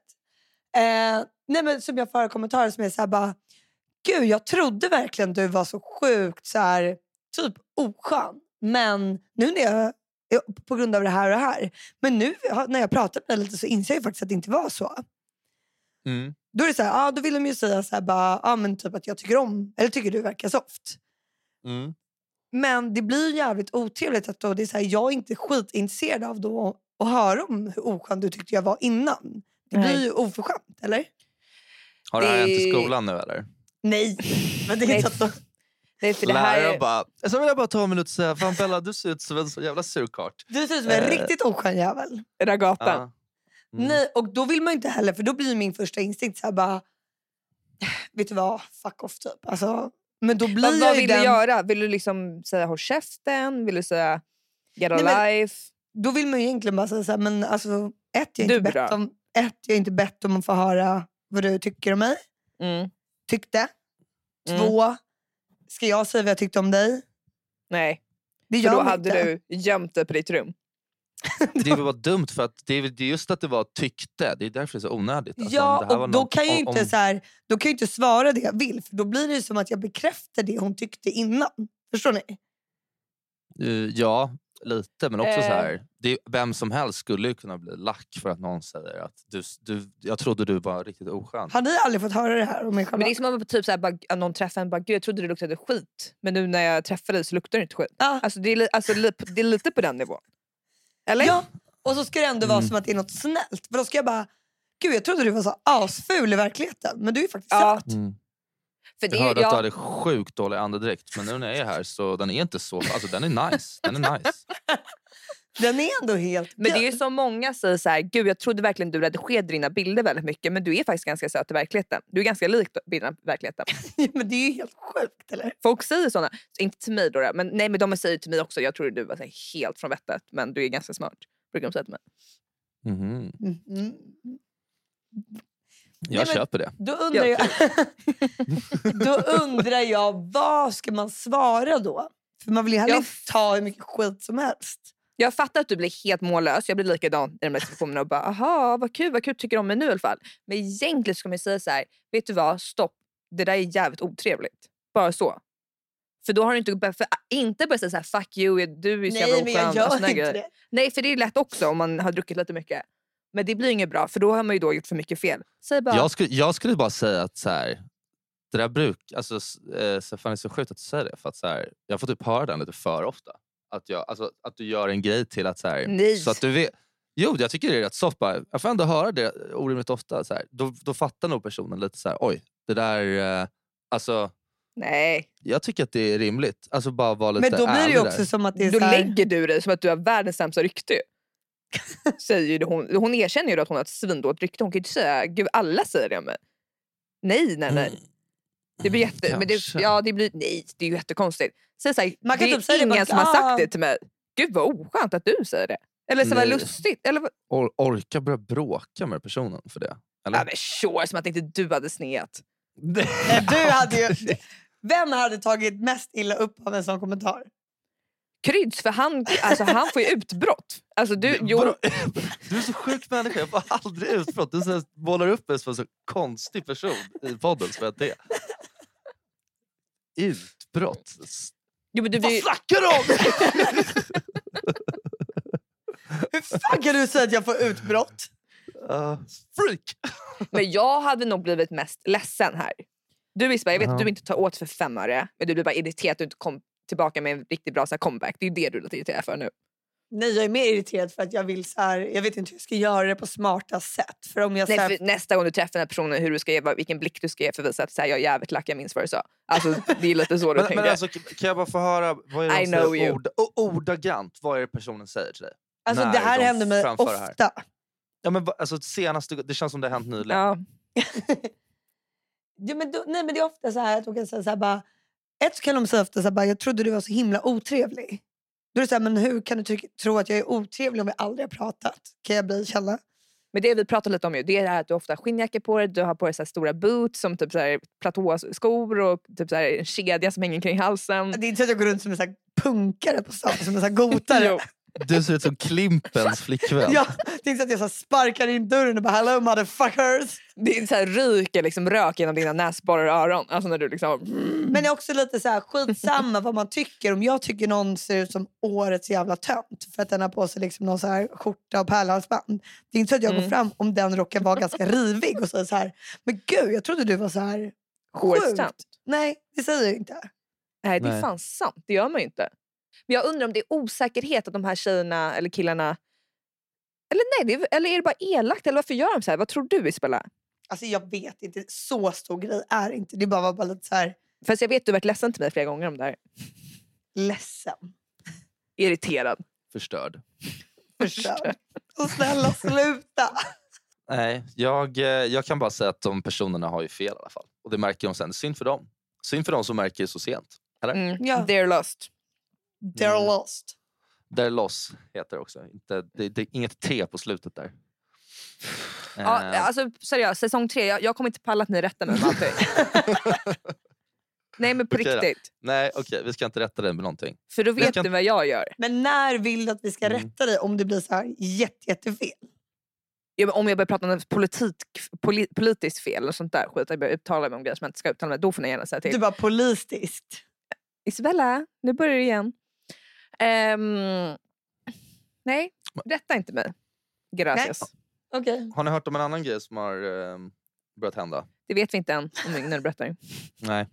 [SPEAKER 2] Eh, nej men som jag får höra kommentarer som är så här bara, gud jag trodde verkligen du var så sjukt så här, typ oskön. Men nu när jag, är- på grund av det här och det här, men nu har- när jag pratat med dig lite så inser jag faktiskt att det inte var så.
[SPEAKER 3] Mm.
[SPEAKER 2] Då är det så här, ah, då vill de ju säga så här bara, ah, men typ att jag tycker om, eller tycker du verkar soft.
[SPEAKER 3] Mm.
[SPEAKER 2] Men det blir jävligt otrevligt att då det är så här, jag är inte skitintresserad av då att höra om hur oskön du tyckte jag var innan. Det blir
[SPEAKER 4] Nej.
[SPEAKER 2] ju oförskämt, eller?
[SPEAKER 3] Har det här hänt i
[SPEAKER 4] Det-
[SPEAKER 3] skolan nu eller?
[SPEAKER 2] Nej, men det är
[SPEAKER 4] Nej.
[SPEAKER 2] inte att de...
[SPEAKER 4] Nej, för det här
[SPEAKER 3] Läraren
[SPEAKER 4] är...
[SPEAKER 3] bara, så vill jag bara ta en minut och säga, fan Bella du ser ut som en så jävla surkart.
[SPEAKER 2] Du ser ut som en
[SPEAKER 3] Eh.
[SPEAKER 2] riktigt oskön jävel.
[SPEAKER 4] Ragatan.
[SPEAKER 3] Ja. Mm.
[SPEAKER 2] Nej, och då vill man ju inte heller, för då blir ju min första instinkt så här bara... "Äh, Vet du vad, fuck off typ. Alltså, men då blir
[SPEAKER 4] Vad,
[SPEAKER 2] jag
[SPEAKER 4] vad
[SPEAKER 2] ju
[SPEAKER 4] vill
[SPEAKER 2] den...
[SPEAKER 4] du göra? Vill du liksom säga håll käften? Vill du säga get a
[SPEAKER 2] Nej, men-
[SPEAKER 4] life?
[SPEAKER 2] Då vill man ju egentligen bara säga så här, men alltså ett, jag har
[SPEAKER 4] Du
[SPEAKER 2] inte bett
[SPEAKER 4] bra.
[SPEAKER 2] om, ett, jag har inte bett om att få höra vad du tycker om mig.
[SPEAKER 4] Mm.
[SPEAKER 2] Tyckte.
[SPEAKER 4] Mm.
[SPEAKER 2] Två, ska jag säga vad jag tyckte om dig?
[SPEAKER 4] Nej,
[SPEAKER 2] Det
[SPEAKER 4] för
[SPEAKER 2] gör
[SPEAKER 4] då
[SPEAKER 2] man
[SPEAKER 4] hade
[SPEAKER 2] inte.
[SPEAKER 4] du gömt dig på ditt rum.
[SPEAKER 3] Det var dumt för att det är det är just att det var tyckte. Det är därför det är så onödigt. Alltså, om det
[SPEAKER 2] Ja,
[SPEAKER 3] här var
[SPEAKER 2] och då
[SPEAKER 3] någon-
[SPEAKER 2] kan, jag ju
[SPEAKER 3] om-
[SPEAKER 2] inte,
[SPEAKER 3] om-
[SPEAKER 2] så här, då kan jag ju inte svara det jag vill. För Då blir det ju som att jag bekräftar det hon tyckte innan. Förstår ni?
[SPEAKER 3] Eh, ja, lite. Men också
[SPEAKER 4] Eh.
[SPEAKER 3] så här, det är, vem som helst skulle ju kunna bli lack för att någon säger att du, du, jag trodde du var riktigt oskön.
[SPEAKER 2] Har ni aldrig fått höra det här om er
[SPEAKER 4] Men
[SPEAKER 2] själva?
[SPEAKER 4] det är som om typ så här, bara, att någon träffar en och bara “Gud, jag trodde det luktade skit, men nu när jag träffar dig så luktar det inte skit”.
[SPEAKER 2] Ja.
[SPEAKER 4] Alltså, det, är, li- alltså, li- det är lite på den nivån. Eller?
[SPEAKER 2] Ja, och så ska det ändå vara
[SPEAKER 3] Mm.
[SPEAKER 2] som att det är något snällt. För då ska jag bara, gud jag trodde du var så asful i verkligheten. Men du är faktiskt
[SPEAKER 4] Ja.
[SPEAKER 2] söt.
[SPEAKER 3] Mm.
[SPEAKER 4] För För det,
[SPEAKER 3] Jag hörde att du
[SPEAKER 4] jag,
[SPEAKER 3] hade sjukt dålig andedräkt men nu när jag är här så den är inte så... Alltså den är nice. Den är nice.
[SPEAKER 2] Den är ändå helt
[SPEAKER 4] men det är
[SPEAKER 2] död.
[SPEAKER 4] ju som många säger så här, gud jag trodde verkligen du redigerade dina bilder väldigt mycket men du är faktiskt ganska söt i verkligheten. Du är ganska lik bilderna i verkligheten.
[SPEAKER 2] men det är ju helt sjukt eller?
[SPEAKER 4] Folk säger sådana, Så inte till mig då, då, men, nej, men de säger till mig också, jag tror du var så här helt från vettet men du är ganska smart. Brukar de säga till mig.
[SPEAKER 3] Mhm.
[SPEAKER 4] Mm.
[SPEAKER 2] Mhm.
[SPEAKER 3] Jag
[SPEAKER 2] men-
[SPEAKER 3] köper det.
[SPEAKER 2] Då undrar, jag, då undrar jag, vad ska man svara då? För man vill ju heller
[SPEAKER 4] Ja.
[SPEAKER 2] inte ta hur mycket skit som helst.
[SPEAKER 4] Jag fattar att du blir helt mållös. Jag blir likadan i de där situationerna och bara aha, vad kul, vad kul tycker om mig nu i alla fall. Men egentligen ska man ju säga så här, vet du vad, stopp, det där är jävligt otrevligt. Bara så. För då har du inte, bör- för, inte börjat säga så här, fuck you, du är så jävla
[SPEAKER 2] Nej, men jag
[SPEAKER 4] oskön",
[SPEAKER 2] gör
[SPEAKER 4] och såna
[SPEAKER 2] inte
[SPEAKER 4] här grejer.
[SPEAKER 2] det.
[SPEAKER 4] Nej, för det är lätt också om man har druckit lite mycket. Men det blir inget bra för då har man ju då gjort för mycket fel. Säg bara,
[SPEAKER 3] Jag skulle, jag skulle bara säga att så här, det där bruk... Alltså, s- eh, Stefan är så sjukt att du säger det. För att, så här, jag får typ höra den lite för ofta. Att, jag, alltså, att du gör en grej till att... Så, här,
[SPEAKER 4] nej.
[SPEAKER 3] så att du vet, jo, jag tycker det är rätt soft. Bara, jag får ändå höra det orimligt ofta. Så här. Då, då fattar nog personen lite så här, oj, det där... eh, Alltså,
[SPEAKER 4] nej.
[SPEAKER 3] jag tycker att det är rimligt. Alltså bara vara
[SPEAKER 2] Men
[SPEAKER 3] lite
[SPEAKER 2] då blir det
[SPEAKER 3] ärlig
[SPEAKER 2] ju
[SPEAKER 3] där.
[SPEAKER 2] också som att det är
[SPEAKER 4] Då
[SPEAKER 2] så här,
[SPEAKER 4] lägger du dig som att du har världens sämsta rykte. ju. Säger ju det hon, hon erkänner ju då att hon har ett svindåligt rykte. Hon kan ju inte säga gud alla säger det om mig. Nej, nej, nej. Det blir jätte, men det,
[SPEAKER 3] Mm, kanske.
[SPEAKER 4] ja, det blir, nej, det är ju jättekonstigt. Säg så här,
[SPEAKER 2] Man kan
[SPEAKER 4] det är
[SPEAKER 2] typ säga det,
[SPEAKER 4] ingen
[SPEAKER 2] bara,
[SPEAKER 4] som har
[SPEAKER 2] "Ah."
[SPEAKER 4] sagt det till mig. Gud vad oskönt att du säger det. Eller så vad
[SPEAKER 3] Nej.
[SPEAKER 4] lustigt. Eller, vad-
[SPEAKER 3] Or- orka börja bråka med personen för det. Eller?
[SPEAKER 4] ja, men sure, som att inte du hade sneat.
[SPEAKER 2] Nej, du hade ju, vem hade tagit mest illa upp av en sån kommentar?
[SPEAKER 4] Kryds, för han, alltså, han får ju utbrott. Alltså, du, jo,
[SPEAKER 3] Vadå? du är så sjuk människa, jag får aldrig utbrott. Du så här målar upp mig som en så konstig person i podden som jag är. Utbrott? S-
[SPEAKER 4] jo, men du blir
[SPEAKER 3] Vad
[SPEAKER 4] ju
[SPEAKER 3] snackar du om?
[SPEAKER 2] Hur fan kan du säga att jag får utbrott?
[SPEAKER 3] Uh, freak!
[SPEAKER 4] Men jag hade nog blivit mest ledsen här. Du Isabel, jag vet att
[SPEAKER 3] Ja.
[SPEAKER 4] du inte tar åt för fem öre, men du blir bara irriterad att du inte kom tillbaka med en riktigt bra så här, comeback. Det är ju det du är lite irriterad för nu.
[SPEAKER 2] Nej, jag är mer irriterad för att jag vill så här, jag vet inte hur jag ska göra det på smarta sätt. För om jag så här,
[SPEAKER 4] Nej, för nästa gång du träffar den här personen, hur du ska ge, vad- vilken blick du ska ge för att visa att så här, jag är jävligt lack, jag minns vad du sa. Alltså, det är lite så du
[SPEAKER 3] Men,
[SPEAKER 4] tänker.
[SPEAKER 3] men alltså, k- kan jag bara få höra vad är det
[SPEAKER 4] I
[SPEAKER 3] de
[SPEAKER 4] know
[SPEAKER 3] säger
[SPEAKER 4] you.
[SPEAKER 3] ord, o- ordagrant? Vad är det personen säger till dig?
[SPEAKER 2] alltså, det
[SPEAKER 3] när
[SPEAKER 2] här
[SPEAKER 3] de
[SPEAKER 2] händer mig
[SPEAKER 3] framför det här.
[SPEAKER 2] ofta.
[SPEAKER 3] Ja, men, va- alltså, senaste, det känns som det har hänt nyligen.
[SPEAKER 4] ja.
[SPEAKER 2] Ja, men då, nej, men det är ofta så här att de kan säga så här bara, ett så kan de säga ofta så här bara, jag trodde du var så himla otrevlig. Då är det så här, men hur kan du tyck- tro att jag är otrevlig om vi aldrig har pratat? Kan jag bli källa?
[SPEAKER 4] Men det vi pratar lite om ju, det är det här att du ofta har skinnjackor på dig, du har på dig så här stora boots som typ så här platåskor och typ så här en kedja som hänger kring halsen.
[SPEAKER 2] Det är inte så att jag går runt som en så här punkare på stan, som en så här gotare.
[SPEAKER 4] Jo.
[SPEAKER 3] Du ser ut som Klimpens flickvän.
[SPEAKER 2] Ja, det är inte så att jag så här sparkar in dörren och bara hello motherfuckers.
[SPEAKER 4] Det är så här ryker liksom rök genom dina näsborrar och öron. Alltså när du liksom...
[SPEAKER 2] Men det är också lite så här skitsamma vad man tycker. Om jag tycker någon ser ut som årets jävla tönt för att den har på sig liksom någon så här skjorta och pärlhalsband. Det är inte så att jag går
[SPEAKER 4] Mm.
[SPEAKER 2] fram om den råkar vara ganska rivig och säger så här men gud jag trodde du var så här
[SPEAKER 4] Årets
[SPEAKER 2] sjukt."
[SPEAKER 4] tönt.
[SPEAKER 2] Nej, det säger jag inte.
[SPEAKER 4] Nej, det är
[SPEAKER 3] Nej.
[SPEAKER 4] fan sant. Det gör man ju inte. Men jag undrar om det är osäkerhet att de här tjejerna eller killarna... Eller nej, det är, eller är det bara elakt? Eller varför gör de så här? Vad tror du Isabella?
[SPEAKER 2] Alltså jag vet inte, så stor grej är det inte. Det bara var bara lite så här
[SPEAKER 4] Fast jag vet att du har varit ledsen till mig flera gånger om det här.
[SPEAKER 2] ledsen.
[SPEAKER 4] Irriterad.
[SPEAKER 3] Förstörd.
[SPEAKER 2] Förstörd. Och snälla sluta.
[SPEAKER 3] Nej, jag, eh, jag kan bara säga att de personerna har ju fel i alla fall. Och det märker de sen. Synd för dem. Synd för dem som märker det så sent.
[SPEAKER 4] Mm.
[SPEAKER 2] Ja.
[SPEAKER 4] They're lost.
[SPEAKER 2] They're
[SPEAKER 3] Mm.
[SPEAKER 2] lost.
[SPEAKER 3] Där loss heter det också. Inte, det, det är inget T på slutet där.
[SPEAKER 4] Ja,
[SPEAKER 3] Eh,
[SPEAKER 4] alltså seriöst, säsong tre. Jag, jag kommer inte palla att ni rättar mig om allting. Nej men på
[SPEAKER 3] Okej då.
[SPEAKER 4] riktigt.
[SPEAKER 3] Nej, okej. vi ska inte rätta dig med någonting.
[SPEAKER 4] För då vet
[SPEAKER 3] kan-
[SPEAKER 4] du vad jag gör.
[SPEAKER 2] Men när vill du att vi ska
[SPEAKER 3] Mm.
[SPEAKER 2] rätta dig om det blir så här jätte, jättefel?
[SPEAKER 4] Ja, men om jag börjar prata om något politik, poli, politiskt fel eller sånt där skit, jag börjar uttala mig om grejer som jag inte ska uttala mig då får ni gärna säga till.
[SPEAKER 2] Du bara politiskt.
[SPEAKER 4] Isabella, nu börjar du igen. Ehm, nej, rätta inte mig. Gracias.
[SPEAKER 2] Okej.
[SPEAKER 3] Har ni hört om en annan grej som har eh, börjat hända?
[SPEAKER 4] Det vet vi inte än om ingen berättar.
[SPEAKER 3] Nej.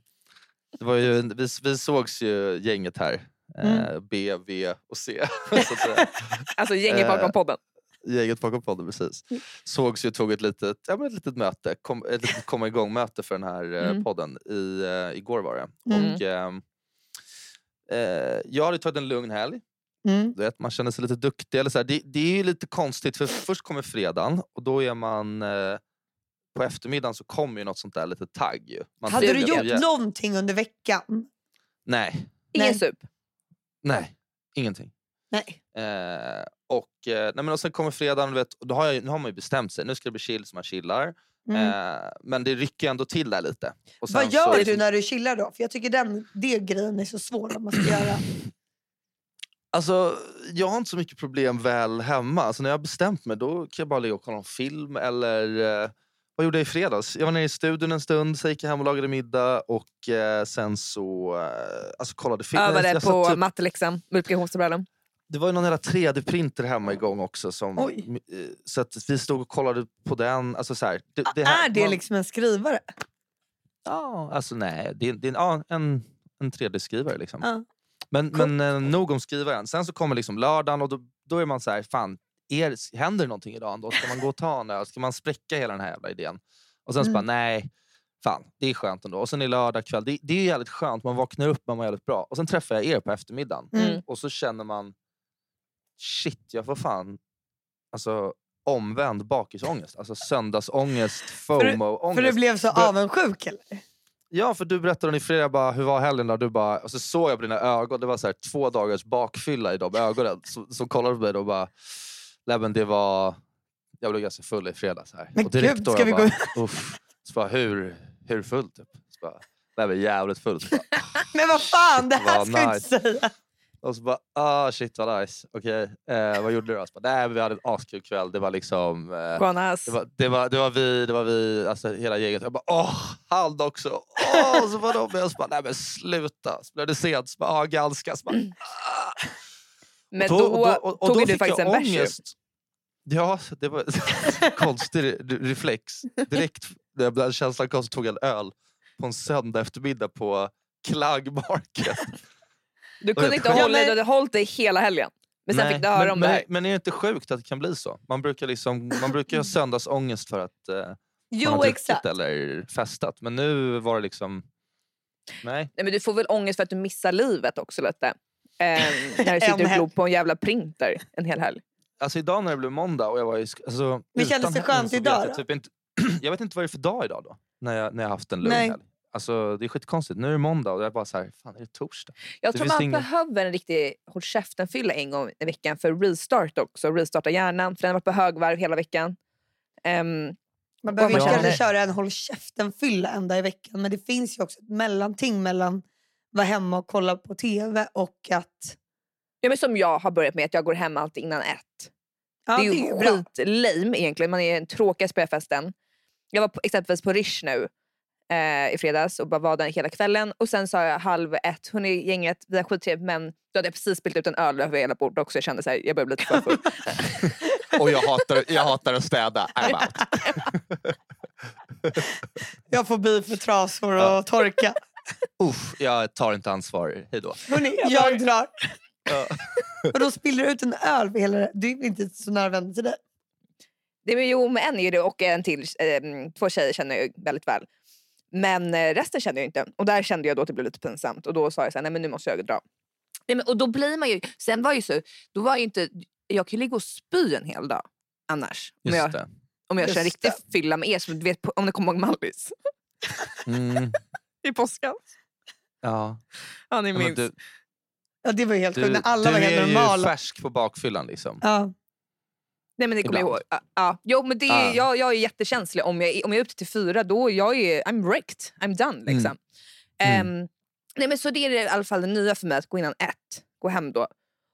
[SPEAKER 3] Det var ju, vi, vi sågs ju Mm. gänget här. Eh, B, V och C. så att säga.
[SPEAKER 4] Alltså gänget bakom
[SPEAKER 3] Eh.
[SPEAKER 4] podden.
[SPEAKER 3] Gänget bakom podden, precis.
[SPEAKER 2] Mm.
[SPEAKER 3] Sågs ju, tog ett litet, ja, men ett litet möte, kom, ett litet komma igång-möte för den här eh,
[SPEAKER 4] Mm.
[SPEAKER 3] podden. I, eh, igår var det.
[SPEAKER 2] Mm.
[SPEAKER 3] Och, ehm, eh, jag hade tagit en lugn helg.
[SPEAKER 2] Mm.
[SPEAKER 3] Du vet, man känner sig lite duktig. Eller så här. Det, det är ju lite konstigt, för först kommer fredagen och då är man... Eh, på eftermiddagen så kommer ju något sånt där lite tagg. Ju. Man
[SPEAKER 2] Hade
[SPEAKER 3] ser
[SPEAKER 2] du
[SPEAKER 3] det.
[SPEAKER 2] gjort
[SPEAKER 3] Ja.
[SPEAKER 2] någonting under veckan?
[SPEAKER 3] Nej,
[SPEAKER 4] Ingen
[SPEAKER 2] Nej.
[SPEAKER 4] sup.
[SPEAKER 3] nej, ingenting.
[SPEAKER 2] Nej.
[SPEAKER 3] Eh, och, eh, nej men och sen kommer fredagen, du vet, och då har jag, ju- nu har man ju bestämt sig. Nu ska det bli chill så man chillar.
[SPEAKER 2] Mm.
[SPEAKER 3] Eh, men det rycker ju ändå till där lite. Och sen
[SPEAKER 2] Vad gör
[SPEAKER 3] så,
[SPEAKER 2] du när du chillar då? För jag tycker den, det grejen är så svår att man ska göra.
[SPEAKER 3] Alltså, jag har inte så mycket problem väl hemma. Alltså, när jag har bestämt mig då kan jag bara ligga och kolla en film. Eller, eh, vad gjorde jag i fredags? Jag var nere i studion en stund, sen gick jag hem och lagade middag och eh, sen så eh, alltså, kollade film. Jag-
[SPEAKER 4] Övade
[SPEAKER 3] jag
[SPEAKER 4] på
[SPEAKER 3] satt typ-
[SPEAKER 4] matteläxan, multiplikationstabellen.
[SPEAKER 3] Det var ju någon jävla 3D-printer hemma igång också. Som,
[SPEAKER 2] Mm. Oj.
[SPEAKER 3] m- eh, så att vi stod och kollade på den. Alltså, så här, det, det här-
[SPEAKER 2] är det
[SPEAKER 3] man-
[SPEAKER 2] liksom en skrivare?
[SPEAKER 3] Ja, alltså nej. Det är, det är en, ja, en, en 3D-skrivare liksom.
[SPEAKER 2] Ja.
[SPEAKER 3] Men,
[SPEAKER 2] Coolt.
[SPEAKER 3] men eh, nog om skrivaren. Sen så kommer liksom lördagen och då, då är man så här, fan, är, händer det någonting idag ändå? Ska man gå och ta en öl? Ska man spräcka hela den här jävla idén? Och sen så bara,
[SPEAKER 2] Mm.
[SPEAKER 3] nej, fan, det är skönt ändå. Och sen är lördag kväll, det, det är jävligt skönt. Man vaknar upp, man mår jävligt bra. Och sen träffar jag er på eftermiddagen
[SPEAKER 4] Mm.
[SPEAKER 3] och så känner man, shit, jag får fan alltså, omvänd bakisångest. Alltså söndagsångest,
[SPEAKER 2] du-
[SPEAKER 3] FOMO-ångest.
[SPEAKER 2] För du blev så
[SPEAKER 3] Bör-
[SPEAKER 2] avundsjuk eller?
[SPEAKER 3] Ja, för du berättade i fredag bara, hur var helgen då? Du bara, och så såg jag på dina ögon, det var så här, två dagars bakfylla i de ögonen. Så, så kollade du på mig då och bara, nej men det var... Jag blev ganska full i fredags. Här.
[SPEAKER 2] Men
[SPEAKER 3] och direkt
[SPEAKER 2] gud,
[SPEAKER 3] då
[SPEAKER 2] ska
[SPEAKER 3] jag
[SPEAKER 2] vi
[SPEAKER 3] bara, uff. Så bara, hur, hur full typ? Så bara, nej men jävligt full. Så bara,
[SPEAKER 2] Men vad fan, det här
[SPEAKER 3] vad
[SPEAKER 2] ska jag
[SPEAKER 3] nice.
[SPEAKER 2] inte säga.
[SPEAKER 3] och så bara, ah shit vad nice. Okej, eh, vad gjorde du då? Så bara, nej men vi hade en askul kväll. Det var liksom... Eh,
[SPEAKER 4] Guanas.
[SPEAKER 3] det var, det, var, det var vi, det var vi, alltså hela gänget. Jag bara åh, han också. Åh, så var de med och så bara, nej men sluta. Så blev det sent, så bara, ah, ganska. Så bara, ah.
[SPEAKER 4] Men
[SPEAKER 3] Och
[SPEAKER 4] då,
[SPEAKER 3] och och- och
[SPEAKER 4] tog
[SPEAKER 3] då
[SPEAKER 4] ju du
[SPEAKER 3] fick
[SPEAKER 4] faktiskt
[SPEAKER 3] jag
[SPEAKER 4] en bärs. ju.
[SPEAKER 3] ångest. Ja, det var en konstig re- reflex. Direkt när jag- när känslan kom så tog jag en öl på en söndag eftermiddag på Klag Market.
[SPEAKER 4] Du kunde inte
[SPEAKER 3] Ja,
[SPEAKER 4] hålla
[SPEAKER 2] men-
[SPEAKER 4] dig, du hade hållit dig hela helgen. Men sen
[SPEAKER 3] Nej,
[SPEAKER 4] fick du höra
[SPEAKER 3] men,
[SPEAKER 4] om
[SPEAKER 3] men,
[SPEAKER 4] det här.
[SPEAKER 3] Men är det inte sjukt att det kan bli så? Man brukar, liksom, man brukar ju ha söndagsångest för att eh, man
[SPEAKER 2] Jo,
[SPEAKER 3] har druckit
[SPEAKER 2] exakt.
[SPEAKER 3] eller festat. Men nu var det liksom... Nej.
[SPEAKER 4] Nej, men du får väl ångest för att du missar livet också lite. Ehm, när du
[SPEAKER 2] En
[SPEAKER 4] sitter och
[SPEAKER 2] helg.
[SPEAKER 4] glor på en jävla printer en hel helg.
[SPEAKER 3] Alltså idag när det blev måndag och jag var i... sk- Alltså,
[SPEAKER 2] Men kändes
[SPEAKER 3] utan
[SPEAKER 2] det
[SPEAKER 3] henne
[SPEAKER 2] skönt
[SPEAKER 3] så vet
[SPEAKER 2] idag
[SPEAKER 3] Jag,
[SPEAKER 2] då?
[SPEAKER 3] typ inte, jag vet inte vad det är för dag idag då. När jag, när jag haft en lugn
[SPEAKER 2] Nej.
[SPEAKER 3] helg. Alltså det är skitkonstigt. Nu är det måndag och jag är bara så här, fan är det torsdag?
[SPEAKER 4] Jag
[SPEAKER 3] Det
[SPEAKER 4] tror
[SPEAKER 3] finns
[SPEAKER 4] man
[SPEAKER 3] ingen-
[SPEAKER 4] behöver en riktig håll käften-fylla en gång i veckan för restart också. Restarta hjärnan, för den har varit på högvarv hela veckan. Ehm,
[SPEAKER 2] Man behöver
[SPEAKER 4] man
[SPEAKER 2] inte
[SPEAKER 4] känner-
[SPEAKER 2] kanske köra en håll käften-fylla en dag i veckan. Men det finns ju också ett mellanting mellan vara hemma och kolla på tv och att...
[SPEAKER 4] ja, men som jag har börjat med, att jag går hem alltid innan ett.
[SPEAKER 2] Ja,
[SPEAKER 4] det är ju
[SPEAKER 2] bra.
[SPEAKER 4] skitlame egentligen. Man är den tråkigaste på den här festen. Jag var på, exempelvis på Rish nu eh, i fredags och bara var där hela kvällen. Och sen sa jag halv ett, hon är gänget, vi har skittrevligt men då hade jag precis spilt ut en öl över hela bordet också. Jag kände så här, jag börjar bli lite för full.
[SPEAKER 3] Och jag hatar, jag hatar att städa. I'm out.
[SPEAKER 2] Jag får bi för trasor och
[SPEAKER 3] Ja.
[SPEAKER 2] torka.
[SPEAKER 3] Uff, jag tar inte ansvar. Hej då.
[SPEAKER 2] Hörrni, jag drar. Och då spiller du ut en öl för hela det. Du är väl inte så nära vänner till dig?
[SPEAKER 4] det är, jo, men en är ju det och en till, ehm, två tjejer känner jag ju väldigt väl. Men eh, resten känner jag inte. Och där kände jag då att det blev lite pinsamt. Och då sa jag så här, nej men nu måste jag dra. Nej, men, och då blir man ju, sen var ju så, då var ju inte, jag kan ju ligga och spy en hel dag annars. Om
[SPEAKER 3] Just
[SPEAKER 4] jag,
[SPEAKER 3] det.
[SPEAKER 4] om jag
[SPEAKER 2] Just
[SPEAKER 4] kör en riktig fylla med er, som du vet på- om ni kommer ihåg Mallis
[SPEAKER 3] Mm,
[SPEAKER 4] i påskan.
[SPEAKER 3] ja.
[SPEAKER 4] Ja, ni
[SPEAKER 3] Men
[SPEAKER 4] minns.
[SPEAKER 3] Alltså, du,
[SPEAKER 2] Ja, det var ju helt
[SPEAKER 3] du,
[SPEAKER 2] sjukt. När alla
[SPEAKER 3] du
[SPEAKER 2] var
[SPEAKER 3] är
[SPEAKER 2] helt
[SPEAKER 3] ju
[SPEAKER 2] normala.
[SPEAKER 3] färsk på bakfyllan liksom.
[SPEAKER 2] Ja.
[SPEAKER 4] Nej men det kommer jag ihåg.
[SPEAKER 3] Ibland.
[SPEAKER 4] Ja, ja. Jo men det är,
[SPEAKER 3] Ah.
[SPEAKER 4] jag, jag är jättekänslig. Om jag, är- om jag är ute till fyra då är jag är I'm wrecked. I'm done liksom.
[SPEAKER 3] Mm.
[SPEAKER 4] Ehm, nej men så det är i alla fall det nya för mig att gå innan ett, gå hem då.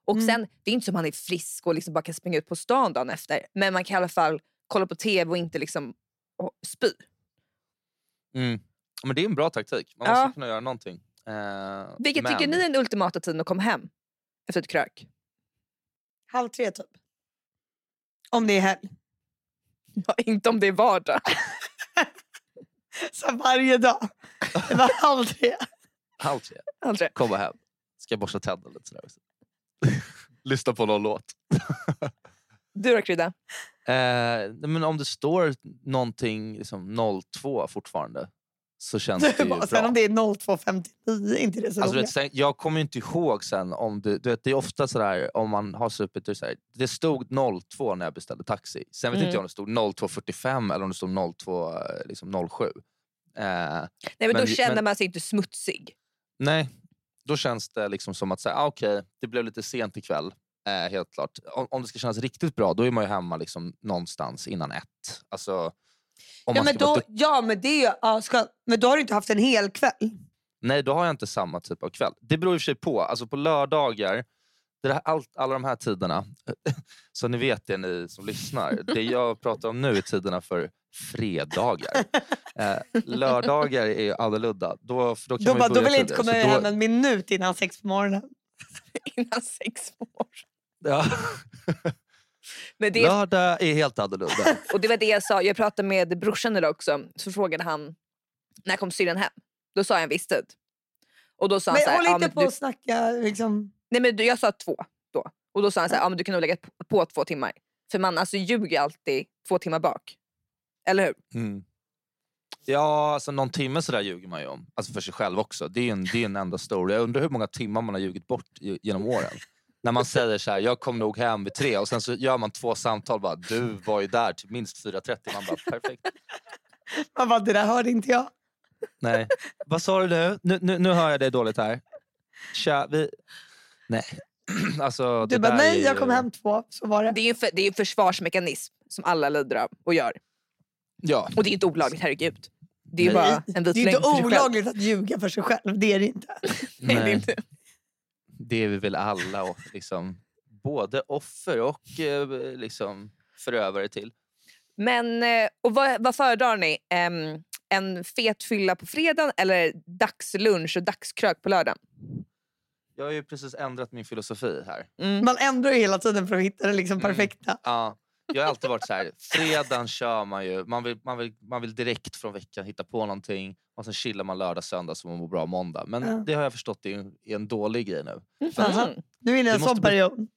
[SPEAKER 4] Och
[SPEAKER 2] Mm.
[SPEAKER 4] sen, det är inte som man är frisk och liksom bara kan springa ut på stan dagen efter. Men man kan i alla fall kolla på tv och inte liksom och spy.
[SPEAKER 3] Mm. Men det är en bra taktik. Man måste
[SPEAKER 4] Ja.
[SPEAKER 3] kunna göra någonting. Eh,
[SPEAKER 4] Vilket
[SPEAKER 3] men-
[SPEAKER 4] tycker ni är den ultimata tiden att komma hem? Efter ett krök.
[SPEAKER 2] Halv tre typ. Om det är helg.
[SPEAKER 4] Ja, inte om det är vardag.
[SPEAKER 2] Så varje dag. Det var halv tre.
[SPEAKER 3] Halv tre.
[SPEAKER 4] Aldrig.
[SPEAKER 3] komma hem. Ska jag borsta tänderna lite sådär också. Lyssna på någon låt.
[SPEAKER 4] Du då Krydda?
[SPEAKER 3] Eh, nej, men om det står någonting liksom 02 fortfarande så känns det ju
[SPEAKER 2] Sen
[SPEAKER 3] bra.
[SPEAKER 2] om det är 02.59, inte det så
[SPEAKER 3] Alltså, du vet,
[SPEAKER 2] roligt.
[SPEAKER 3] sen, jag kommer ju inte ihåg sen om det... Du vet, det är ofta sådär om man har supit. Det, är såhär, det stod 02 när jag beställde taxi. Sen vet
[SPEAKER 4] Mm.
[SPEAKER 3] inte jag om det stod 02.45 eller om det stod 02, eh, liksom 07. Eh,
[SPEAKER 4] Nej men,
[SPEAKER 3] Men-
[SPEAKER 4] då känner
[SPEAKER 3] men-
[SPEAKER 4] man sig inte smutsig.
[SPEAKER 3] nej, då känns det liksom som att säga, ah, okej, det blev lite sent ikväll. Eh, helt klart. Om, om det ska kännas riktigt bra, då är man ju hemma liksom någonstans innan ett. Alltså, om
[SPEAKER 2] Ja
[SPEAKER 3] man
[SPEAKER 2] men,
[SPEAKER 3] ska vara
[SPEAKER 2] då, ja, men det är ju... Ja, ska, men då har du inte haft en hel kväll.
[SPEAKER 3] Nej, då har jag inte samma typ av kväll. Det beror i och för sig på. Alltså på lördagar, det där, allt, alla de här tiderna, så ni vet det ni som lyssnar. Det jag pratar om nu är tiderna för fredagar. Eh, lördagar är ju annorlunda. Då, för då kan
[SPEAKER 2] Då,
[SPEAKER 3] man
[SPEAKER 2] bara, då
[SPEAKER 3] ju börja
[SPEAKER 2] vill jag inte komma
[SPEAKER 3] tidigare, så
[SPEAKER 2] hem
[SPEAKER 3] då-
[SPEAKER 2] en minut innan sex på morgonen.
[SPEAKER 4] Innan sex år.
[SPEAKER 3] Ja.
[SPEAKER 4] Men det,
[SPEAKER 3] Lördag är helt annorlunda.
[SPEAKER 4] och det var det jag sa, jag pratade med brorsan idag också. Så frågade han, när kom syrran hem? Då sa jag en viss tid. Och då sa han
[SPEAKER 2] Men
[SPEAKER 4] så här,
[SPEAKER 2] håll
[SPEAKER 4] "Ja,
[SPEAKER 2] inte
[SPEAKER 4] men
[SPEAKER 2] på
[SPEAKER 4] du
[SPEAKER 2] att snacka liksom...
[SPEAKER 4] Nej men du- jag sa två då. Och då sa han så här, ja men du kan nog lägga på, på två timmar. För man alltså ljuger ju alltid två timmar bak. Eller hur?
[SPEAKER 3] Mm. Ja, alltså någon timme sådär ljuger man ju om. Alltså för sig själv också. Det är ju en, det är en enda story. Jag undrar hur många timmar man har ljugit bort ge- genom åren. När man säger så här, jag kom nog hem vid tre och sen så gör man två samtal. Bara, du var ju där till minst 4.30. Man bara, perfekt.
[SPEAKER 2] Man bara, det där hörde inte jag.
[SPEAKER 3] Nej. Vad sa du nu? Nu, nu, nu hör jag dig dåligt här. Tja, vi... Nej. Alltså,
[SPEAKER 2] Du
[SPEAKER 3] det
[SPEAKER 2] bara,
[SPEAKER 3] där
[SPEAKER 2] nej
[SPEAKER 3] är
[SPEAKER 2] jag
[SPEAKER 3] ju-
[SPEAKER 2] kom hem två, så var det.
[SPEAKER 4] Det är ju en för, det är ju en försvarsmekanism som alla lider av och gör.
[SPEAKER 3] Ja.
[SPEAKER 4] Och det är inte olagligt, herregud. Det är ju
[SPEAKER 3] Nej.
[SPEAKER 4] bara en vit
[SPEAKER 2] Det är ju
[SPEAKER 4] lögn
[SPEAKER 2] inte
[SPEAKER 4] för sig själv.
[SPEAKER 2] olagligt att ljuga för sig själv, det är det inte.
[SPEAKER 4] Nej, det är
[SPEAKER 3] Nej.
[SPEAKER 4] inte.
[SPEAKER 3] det är vi väl alla, och liksom, både offer och eh, liksom, förövare till.
[SPEAKER 4] Men eh, och vad, vad föredrar ni? Em, en fet fylla på fredagen eller dagslunch och dagskrök på lördagen?
[SPEAKER 3] Jag har ju precis ändrat min filosofi här.
[SPEAKER 4] Mm.
[SPEAKER 2] Man ändrar ju hela tiden för att hitta det liksom
[SPEAKER 3] Mm.
[SPEAKER 2] perfekta.
[SPEAKER 3] Ja, jag har alltid varit så här, fredagen kör man ju. Man vill, man, vill, man vill direkt från veckan hitta på någonting och sen chillar man lördag, söndag så man mår bra måndag. Men
[SPEAKER 2] Ja.
[SPEAKER 3] det har jag förstått är en, är en dålig grej nu.
[SPEAKER 2] Aha.
[SPEAKER 4] Mm.
[SPEAKER 2] Nu är det en
[SPEAKER 3] Det måste
[SPEAKER 2] sån
[SPEAKER 3] bli-
[SPEAKER 2] period.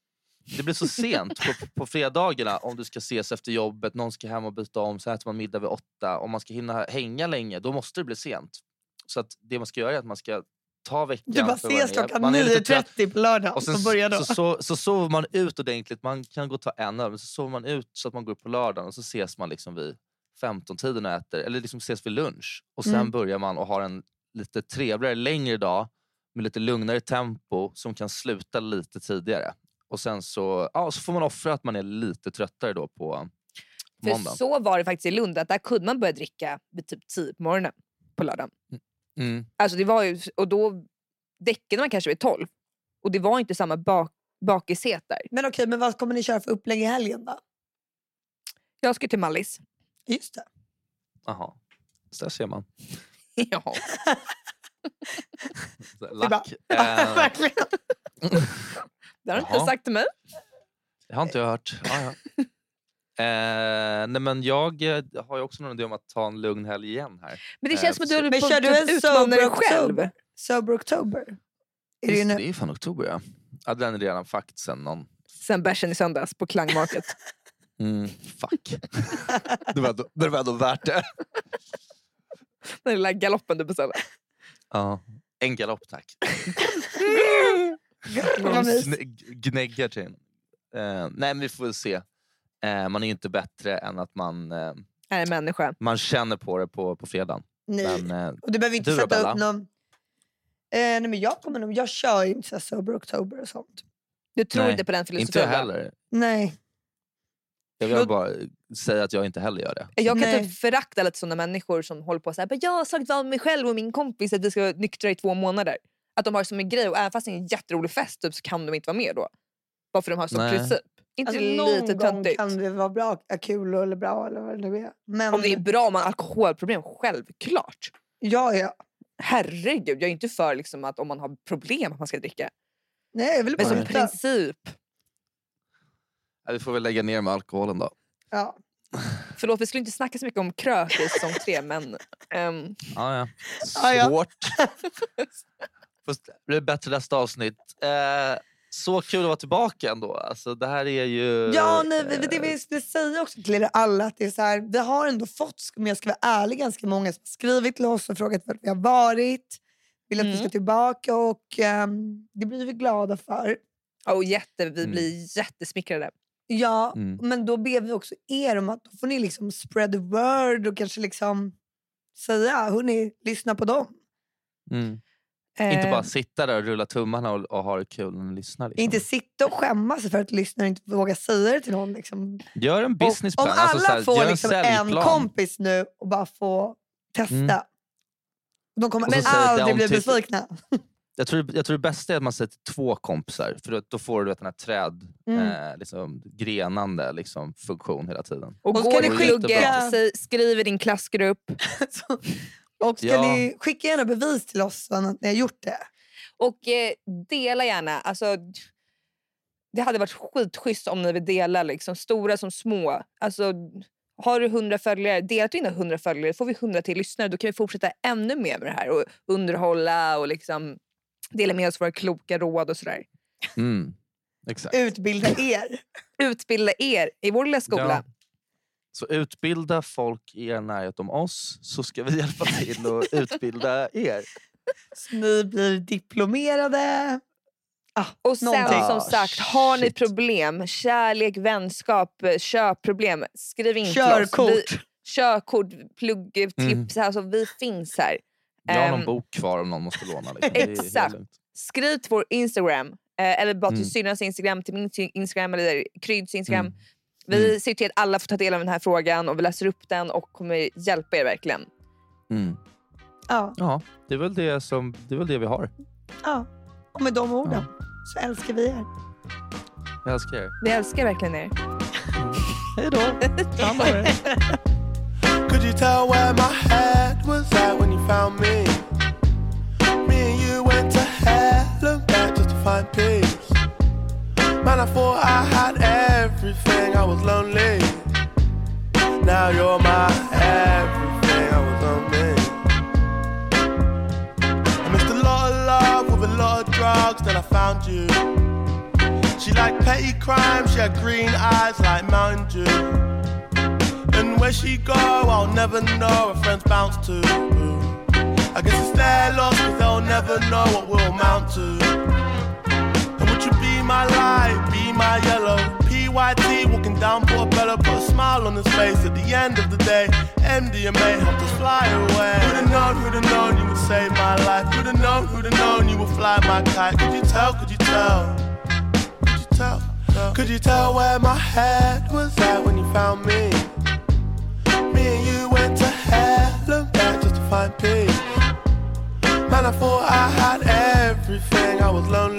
[SPEAKER 3] Det blir så sent på, på fredagarna om du ska ses efter jobbet, någon ska hem och byta om, så äter man middag vid åtta. Om man ska hinna hänga länge, då måste det bli sent. Så att det man ska göra är att man ska ta veckan
[SPEAKER 2] Du bara
[SPEAKER 3] för vad den
[SPEAKER 2] ses
[SPEAKER 3] är.
[SPEAKER 2] klockan
[SPEAKER 3] Man är lite trött.
[SPEAKER 2] 9.30 på lördagen och,
[SPEAKER 3] Och sen,
[SPEAKER 2] så börjar då.
[SPEAKER 3] så, så, så sover man ut ordentligt. Man kan gå och ta en öl, men så sover man ut så att man går upp på lördagen och så ses man liksom vid 15-tiden och äter, eller liksom ses vid lunch. Och sen
[SPEAKER 2] Mm.
[SPEAKER 3] börjar man och har en lite trevligare, längre dag med lite lugnare tempo som kan sluta lite tidigare. Och sen så, ja, så får man offra att man är lite tröttare då på
[SPEAKER 4] För
[SPEAKER 3] måndagen.
[SPEAKER 4] så var det faktiskt i Lund, att där kunde man börja dricka vid typ 10 på morgonen på lördagen.
[SPEAKER 3] Mm.
[SPEAKER 4] Alltså det var ju, och då däckade man kanske vid 12 och det var inte samma bak, bakishet där.
[SPEAKER 2] Men okej, men vad kommer ni köra för upplägg i helgen då?
[SPEAKER 4] Jag ska till Mallis.
[SPEAKER 2] Just det.
[SPEAKER 3] Aha. Så där ser man.
[SPEAKER 4] ja.
[SPEAKER 3] Lack. Eh,
[SPEAKER 2] Verkligen.
[SPEAKER 4] Det har du inte
[SPEAKER 3] Jaha.
[SPEAKER 4] sagt till mig.
[SPEAKER 3] Det har inte jag hört. Ja, ja. eh, nej, men jag eh, har ju också någon idé om att ta en lugn helg igen här.
[SPEAKER 4] Men det
[SPEAKER 3] Eh,
[SPEAKER 4] känns som att du håller
[SPEAKER 2] men
[SPEAKER 4] på
[SPEAKER 2] kör
[SPEAKER 4] att
[SPEAKER 2] du
[SPEAKER 4] typ
[SPEAKER 2] en
[SPEAKER 4] utmana dig
[SPEAKER 2] sober
[SPEAKER 4] själv.
[SPEAKER 2] oktober? Sober October. Är det ju
[SPEAKER 3] Just,
[SPEAKER 2] nu?
[SPEAKER 3] det är ju fan oktober ja. ja den är redan fucked sen någon...
[SPEAKER 4] Sen bärsen i söndags på klangmarket.
[SPEAKER 3] Mm, fuck. det, var ändå, det var ändå värt det.
[SPEAKER 4] Den lilla galoppen du beställde.
[SPEAKER 3] Ja. En galopp tack.
[SPEAKER 4] Mm.
[SPEAKER 2] Vad mysigt.
[SPEAKER 3] Gn- Gnäggar till en. Eh, nej men vi får väl se. Eh, man är ju inte bättre än att man, eh,
[SPEAKER 4] Är en människa.
[SPEAKER 3] man känner på det på, på fredagen.
[SPEAKER 2] Nej.
[SPEAKER 3] Men, eh,
[SPEAKER 2] Och du behöver inte
[SPEAKER 3] Du då,
[SPEAKER 2] sätta
[SPEAKER 3] Bella?
[SPEAKER 2] upp någon... Eh, nej men jag, kommer nog, jag kör ju inte så här sober oktober och sånt.
[SPEAKER 4] Du tror
[SPEAKER 3] Nej,
[SPEAKER 4] inte på den filosofin.
[SPEAKER 3] inte jag
[SPEAKER 4] va?
[SPEAKER 3] heller.
[SPEAKER 2] Nej.
[SPEAKER 3] Jag
[SPEAKER 2] Men-
[SPEAKER 3] vill bara säga att jag inte heller gör det.
[SPEAKER 4] Jag kan
[SPEAKER 2] Nej.
[SPEAKER 4] typ förakta alla sådana människor som håller på så här, "Men jag har sagt av mig själv och min kompis att vi ska vara nyktra i två månader. Att de har det som en grej och även fast det är en jätterolig fest typ, så kan de inte vara med då. Bara för de har som
[SPEAKER 3] Nej.
[SPEAKER 4] princip. Inte
[SPEAKER 2] Alltså,
[SPEAKER 4] det
[SPEAKER 2] någon
[SPEAKER 4] lite
[SPEAKER 2] gång
[SPEAKER 4] töntigt?
[SPEAKER 2] kan det vara bra, kul eller bra eller vad det nu är. Men
[SPEAKER 4] Om det är bra om man har alkoholproblem, självklart.
[SPEAKER 2] ja, ja.
[SPEAKER 4] Herregud, jag är inte för liksom, att om man har problem att man ska dricka.
[SPEAKER 2] Nej, jag vill
[SPEAKER 4] Men
[SPEAKER 2] bara
[SPEAKER 4] som
[SPEAKER 3] Nej.
[SPEAKER 2] hitta-
[SPEAKER 4] princip,
[SPEAKER 3] Ja, Vi får väl lägga ner med alkoholen då.
[SPEAKER 2] Ja.
[SPEAKER 4] förlåt vi skulle inte snacka så mycket om krökis som tre men ehm,
[SPEAKER 3] Ja, ja.
[SPEAKER 2] Ja, ja.
[SPEAKER 3] Svårt. Fast det blir bättre nästa avsnitt. Eh, Så kul att vara tillbaka ändå. Alltså, det här är ju...
[SPEAKER 2] Ja, nej, vi-
[SPEAKER 3] eh,
[SPEAKER 2] det vi skulle säga också till er alla att det är så här, vi har ändå fått, om jag ska vara ärlig, ganska många som har skrivit till oss och frågat vart vi har varit, vill att vi
[SPEAKER 4] Mm.
[SPEAKER 2] ska tillbaka och ehm, det blir vi glada för.
[SPEAKER 4] Oh, jätte, vi
[SPEAKER 3] Mm.
[SPEAKER 4] blir jättesmickrade.
[SPEAKER 2] Ja,
[SPEAKER 3] Mm.
[SPEAKER 2] men då ber vi också er om att då får ni liksom spread the word och kanske liksom säga, hörni, lyssna på dem.
[SPEAKER 3] Mm. Inte bara
[SPEAKER 4] Eh,
[SPEAKER 3] sitta där och rulla tummarna och, och ha det kul när ni lyssnar. Liksom.
[SPEAKER 2] Inte sitta och skämmas för att lyssnare inte vågar säga det till någon. Liksom.
[SPEAKER 3] Gör en business
[SPEAKER 2] Om
[SPEAKER 3] plan.
[SPEAKER 2] alla
[SPEAKER 3] alltså, så här,
[SPEAKER 2] får
[SPEAKER 3] gör
[SPEAKER 2] liksom
[SPEAKER 3] säljplan.
[SPEAKER 2] en kompis nu och bara får testa.
[SPEAKER 3] Mm.
[SPEAKER 2] De kommer
[SPEAKER 3] Och så
[SPEAKER 2] men
[SPEAKER 3] säger
[SPEAKER 2] aldrig
[SPEAKER 3] de
[SPEAKER 2] bli
[SPEAKER 3] typ-
[SPEAKER 2] besvikna.
[SPEAKER 3] Jag tror, jag tror det bästa är att man sätter två kompisar. För då, då får du vet, den här träd,
[SPEAKER 2] Mm.
[SPEAKER 3] eh, liksom, grenande liksom, funktion hela tiden.
[SPEAKER 4] och
[SPEAKER 2] och ska
[SPEAKER 4] går
[SPEAKER 3] ni
[SPEAKER 4] i
[SPEAKER 3] skicka-
[SPEAKER 4] plugget, säg- skriv i din klassgrupp.
[SPEAKER 2] Så- och ska
[SPEAKER 3] Ja.
[SPEAKER 2] ni skicka gärna bevis till oss så att ni har gjort det.
[SPEAKER 4] Och eh, dela gärna. Alltså, det hade varit skitschysst om ni vill dela, liksom, stora som små. Alltså, har du 100 följare, dela till dina 100 följare, får vi 100 till lyssnare. Då kan vi fortsätta ännu mer med det här och underhålla och liksom dela med oss våra kloka råd och sådär.
[SPEAKER 3] Mm. Exakt.
[SPEAKER 2] Utbilda er.
[SPEAKER 4] Utbilda er i vår lilla skola.
[SPEAKER 3] Ja. Så utbilda folk i er närhet om oss så ska vi hjälpa till att utbilda er.
[SPEAKER 2] Så ni blir diplomerade.
[SPEAKER 4] Och sen
[SPEAKER 2] Någonting.
[SPEAKER 4] som
[SPEAKER 3] Ah,
[SPEAKER 4] sagt, har ni
[SPEAKER 3] shit.
[SPEAKER 4] problem, kärlek, vänskap, eh, köpproblem, skriv in till oss. Vi,
[SPEAKER 2] Körkort.
[SPEAKER 4] körkort, pluggtips,
[SPEAKER 3] Mm.
[SPEAKER 4] alltså, vi finns här.
[SPEAKER 3] Jag har någon
[SPEAKER 4] Ehm,
[SPEAKER 3] bok kvar om någon måste låna. Liksom. Det är helt
[SPEAKER 4] Exakt.
[SPEAKER 3] lugnt.
[SPEAKER 4] skriv till vår Instagram. eh, Eller bara till
[SPEAKER 3] Mm.
[SPEAKER 4] syrrans Instagram, till min sy- Instagram eller Kryds Instagram.
[SPEAKER 3] Mm.
[SPEAKER 4] Vi
[SPEAKER 3] Mm.
[SPEAKER 4] ser till att alla får ta del av den här frågan och vi läser upp den och kommer hjälpa er verkligen.
[SPEAKER 3] Mm.
[SPEAKER 2] Ja,
[SPEAKER 3] Ja, det är, väl det, som, det är väl det vi har.
[SPEAKER 2] ja. Och med de orden så älskar vi er.
[SPEAKER 3] Jag älskar er.
[SPEAKER 4] Vi älskar verkligen er.
[SPEAKER 3] Hej då! Ta hand om er.
[SPEAKER 1] Could you tell where my head was at when you found me? Me and you went to hell and back just to find peace. Man, I thought I had everything, I was lonely. Now you're my everything, I was lonely. I missed a lot of love with a lot of drugs, then I found you. She liked petty crime, she had green eyes like Mountain Dew. And where she go, I'll never know. Her friends bounce to. I guess it's their loss, cause they'll never know what we'll amount to. And would you be my light, be my yellow? PYT walking down Portobello, put a smile on his face. At the end of the day, MDMA helped us fly away. Who'da known, who'da known you would save my life? Who'da known, who'da known you would fly my kite? Could you tell, could you tell? Could you tell? Could you tell where my head was at when you found me? Me and you went to hell and back just to find peace. Man, I thought I had everything, I was lonely.